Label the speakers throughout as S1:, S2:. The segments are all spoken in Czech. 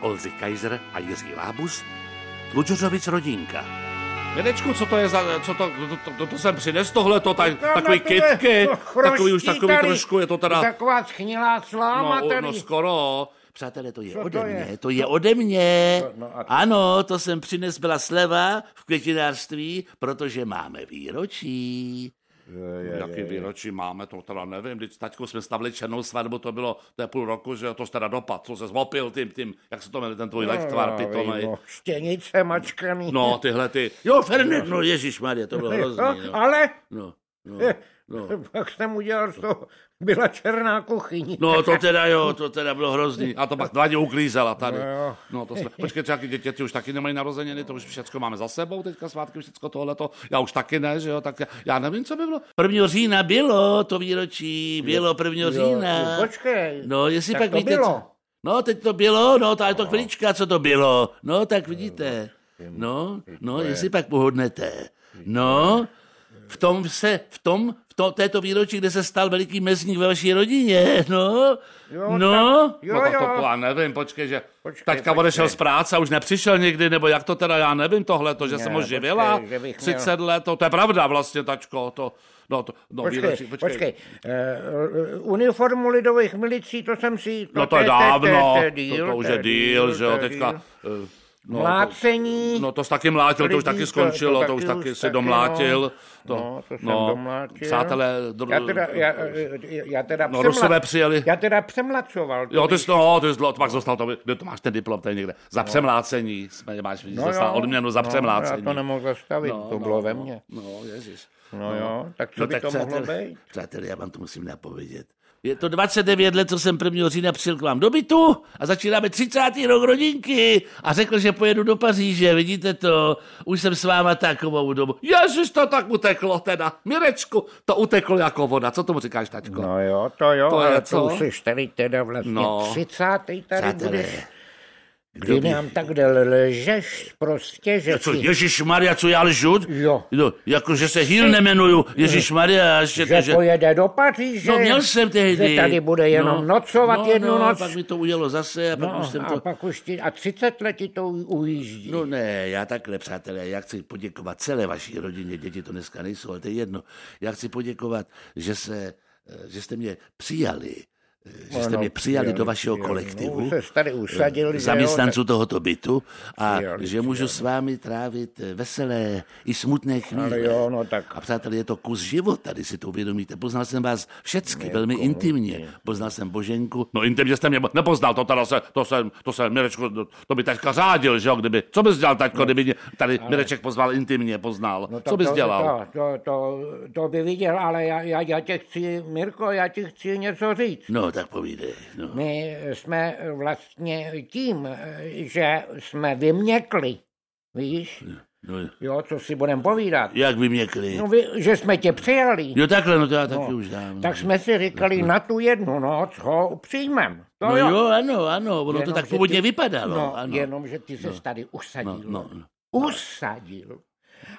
S1: Olzy Kaiser a Jiří Lábus, Tlučořovic rodinka.
S2: Nenečku, co to je za, co to, to, to, to, to jsem přines tohle, to tak,
S3: Říkám,
S2: takový
S3: na tohle
S2: kytky,
S3: chroští
S2: takový už takový
S3: tady.
S2: trošku, je to teda,
S3: Taková schnilá sláma
S2: no,
S3: tady.
S2: no skoro. Přátelé, to je
S3: Co
S2: ode
S3: to
S2: mě,
S3: je?
S1: To je ode mě.
S3: No, no a-
S1: Ano, to jsem přines byla sleva v květinářství, protože máme výročí.
S2: No, Jaký výročí máme, to teda nevím. Teď s taťkou jsme stavili černou svatbu, to bylo, to je půl roku, že jo, to jste teda dopad, co se zmopil tím, tím, jak se to jmenuje, ten tvůj no, lektvar, pitomej.
S3: vím, no. Štěnice mačkaný.
S2: No, tyhle ty.
S1: Jo, Ferdinand, no Ježíš Maria, to bylo hrozný.
S3: Jo,
S1: No,
S3: ale
S1: no, no, no.
S3: no. pak jsem udělal z toho, byla černá kuchyň.
S1: no to teda jo, to teda bylo hrozný.
S2: A to pak Vladě uklízela tady.
S3: No jo.
S2: No to jsme, počkej, třeba ty děti už taky nemají narozeniny, to už všechno máme za sebou, teďka svátky, všechno tohleto. Já už taky ne, že jo, tak já, já nevím, co by bylo.
S1: 1. října bylo to výročí, bylo 1. října.
S3: Počkej,
S1: No, jestli
S3: tak
S1: pak
S3: to
S1: víte, co-
S3: bylo.
S1: No, teď to bylo, no, ta je to chvilička, co to bylo. No, tak vidíte. No, no, jestli pak pohodnete. No, v tom se, v tom, v to, této výročí, kde se stal veliký mezník ve vaší rodině, no,
S3: Jo,
S1: no,
S3: Jo,
S2: no, tak
S3: jo.
S2: To, já nevím, počkej, že
S3: Počkej,
S2: počkej, taťka
S3: počkej.
S2: odešel z práce a už nepřišel někdy, nebo jak to teda, já nevím tohle, to, že jsem ho
S3: počkej,
S2: živila
S3: že bych
S2: 30 let, to, to je pravda vlastně, tačko, to, no, to, no,
S3: počkej,
S2: výročí,
S3: počkej. počkej. Eh, uniformu lidových milicí, to jsem si...
S2: No to je dávno,
S3: to je
S2: to,
S3: díl,
S2: to už
S3: to
S2: je díl, že jo,
S3: to je díl.
S2: teďka, eh, no, to-
S3: Mlácení.
S2: No to jsi taky mlátil, to už
S3: Lidí,
S2: taky
S3: to-
S2: skončilo,
S3: to
S2: to už
S3: taky
S2: taky
S3: už
S2: si
S3: taky,
S2: domlátil. To,
S3: No, to jsem domlátil.
S2: Přátelé, dr-
S3: Já teda, já, já- já teda
S2: No,
S3: přemla-
S2: Rusové přijeli.
S3: Já teda přemlacoval. to
S2: Jo, ty
S3: víš.
S2: jsi, no, ty jsi, dlo- pak dostal to, kde to máš ten diplom, tady někde. Za přemlácení jsme, máš, no, dostal odměnu za
S3: no,
S2: přemlácení.
S3: Já to nemohl zastavit, no, to bylo no, ve mně.
S1: no, ježiš.
S3: No, jo, tak co by to mohlo být?
S1: přátelé, já vám to musím napovědět. Je to 29 let, co jsem 1. října přijel k vám do bytu a začínáme 30. rok rodinky a řekl, že pojedu do Paříže, vidíte to, už jsem s váma takovou dobu.
S2: Ježiš, to tak uteklo teda. Mirečku, to uteklo jako voda. Co tomu říkáš, taťko?
S3: No jo, to jo,
S2: To
S3: to
S2: je
S3: ale
S2: co?
S3: to už jsi tady teda vlastně
S2: No.
S3: no. 30. tady
S1: Přátelé,
S3: budeš. Kdy nám tak lžeš prostě, že
S1: Co,
S3: si-
S1: Ježíš Maria, co já lžu?
S3: Jo. Eh,
S1: No, jako, že se Hill nemenuju. Ježíš Maria, ještě to,
S3: že,
S1: že...
S3: pojede do Paříže.
S1: No, měl jsem tehdy.
S3: Že tady bude jenom
S1: No,
S3: nocovat
S1: no,
S3: jednu
S1: no,
S3: noc.
S1: pak mi to ujelo zase a pak
S3: no,
S1: už jsem
S3: a
S1: to...
S3: pak už ti, a 30 let ti to u- ujíždí.
S1: No ne, já takhle, přátelé, já chci poděkovat celé vaší rodině, děti to dneska nejsou, ale to je jedno. Já chci poděkovat, že, se, eh, že jste mě přijali, eh, že jste
S3: Ano,
S1: mě přijali do
S3: přijali,
S1: vašeho
S3: přijali.
S1: kolektivu,
S3: No, už jste tady usadili,
S1: eh,
S3: že jo,
S1: zaměstnanců tohoto bytu a
S3: Přijali,
S1: že můžu s vámi trávit eh, veselé i smutné chvíle.
S3: Ale jo, no tak.
S1: A přátelé, je to kus života, když si to uvědomíte. Poznal jsem vás všecky, velmi intimně. Poznal jsem Boženku,
S2: No intimně jste mě nepoznal, to teda se, to se, to se, Mirečku, to- to by taťka řádil, že jo, kdyby, co bys dělal, taťko, kdyby mě, tady Mireček pozval intimně, poznal,
S3: No tak
S2: co bys
S3: to,
S2: dělal?
S3: To, to, to, to by viděl, ale já, já, já tě chci, Mirko, já ti chci něco říct.
S1: no tak povídej. No.
S3: My jsme vlastně tím, eh, že jsme vyměkli, víš?
S1: No,
S3: Jo, co si budem povídat.
S1: jak by mě kryl?
S3: No, vy, že jsme tě přijali,
S1: Jo takhle, no to já taky už dám.
S3: tak jsme si říkali na tu jednu noc ho přijmem. To
S1: No
S3: jo.
S1: jo, ano, ano, ono to
S3: Jenom,
S1: tak
S3: že
S1: původně
S3: ty-
S1: vypadalo.
S3: No,
S1: ano.
S3: jenom, že ty se tady usadil.
S1: no, no, no.
S3: Usadil.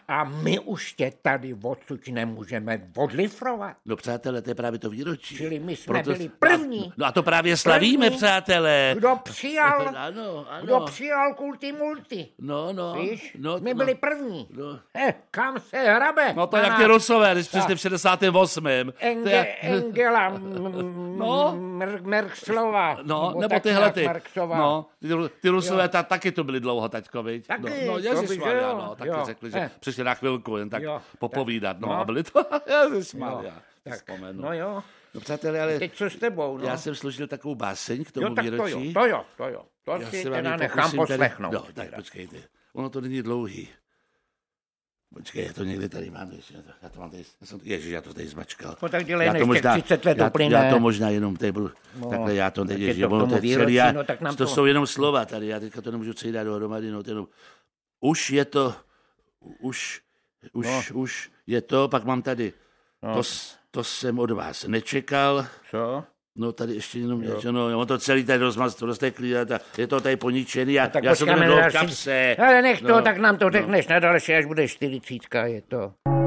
S3: A my už tě tady odsud nemůžeme odlifrovat.
S1: No přátelé, to je právě to výročí.
S3: Čili my jsme byli první.
S1: No a to právě slavíme,
S3: První.
S1: přátelé.
S3: Kdo přijal,
S1: Ano, ano.
S3: kdo přijal kulti multi.
S1: No, no.
S3: Víš,
S1: no,
S3: my
S1: no.
S3: byli první.
S1: No.
S3: Eh, kam se hrabe?
S2: No to
S3: Na
S2: jak
S3: nás
S2: ty rusové, když přišli v 68. To
S3: Enge,
S2: je-
S3: Engela m-
S2: No.
S3: Mer- Merkslova.
S2: No, nebo
S3: taky
S2: tyhle
S3: jak
S2: ty.
S3: Marksová.
S2: No, ty, Ru- ty rusové ta, taky to byli dlouho, taťko, viď?
S3: Taky,
S2: no,
S3: to
S2: no
S3: by,
S2: ježišmarja,
S3: že jo,
S2: no, taky
S3: jo.
S2: řekli, že
S3: Eh.
S2: přišli na chvilku, jen tak
S3: Jo,
S2: popovídat, no,
S3: no.
S2: a byli to, ježišmarja,
S3: Tak,
S2: vzpomenu.
S3: no jo,
S1: No přátelé, ale
S3: teď co s tebou, no?
S1: já jsem složil takovou báseň k tomu
S3: jo, tak to
S1: výročí.
S3: jo, to jo, to jo. To
S1: Já
S3: si
S1: se vám
S3: teda
S1: ji
S3: nechám
S1: pokusím
S3: poslechnout.
S1: Tady... No, tak počkejte. Ono to není dlouhý. Počkej, já to někde tady mám. ještě, já to- Já to mám tady, já jsem, ježiš, já to tady zmačkal.
S3: No tak dělej,
S1: já
S3: než těch 30 let
S1: já,
S3: uplyne.
S1: já, to možná jenom tady budu, no, takhle já to
S3: tak
S1: teď,
S3: je
S1: ježiš,
S3: to k
S1: ono to
S3: tomu
S1: je celý, já,
S3: výročí, no tak nám
S1: to
S3: to-
S1: jsou jenom slova tady, já teďka to nemůžu celý dát dohromady, no to jenom, už je to, už, už,
S3: No.
S1: už je to, pak mám tady, to, s- to jsem od vás nečekal,
S3: Co?
S1: No tady ještě jenom něco, no, on to celý tady rozmaz, rozteklý, a ta, je to tady poničený a,
S3: Tak
S1: já jsem to
S3: počkáme
S1: nedal v
S3: další.
S1: kapse.
S3: Ale nech to,
S1: No.
S3: tak nám to řekneš na další, až bude 40, je to.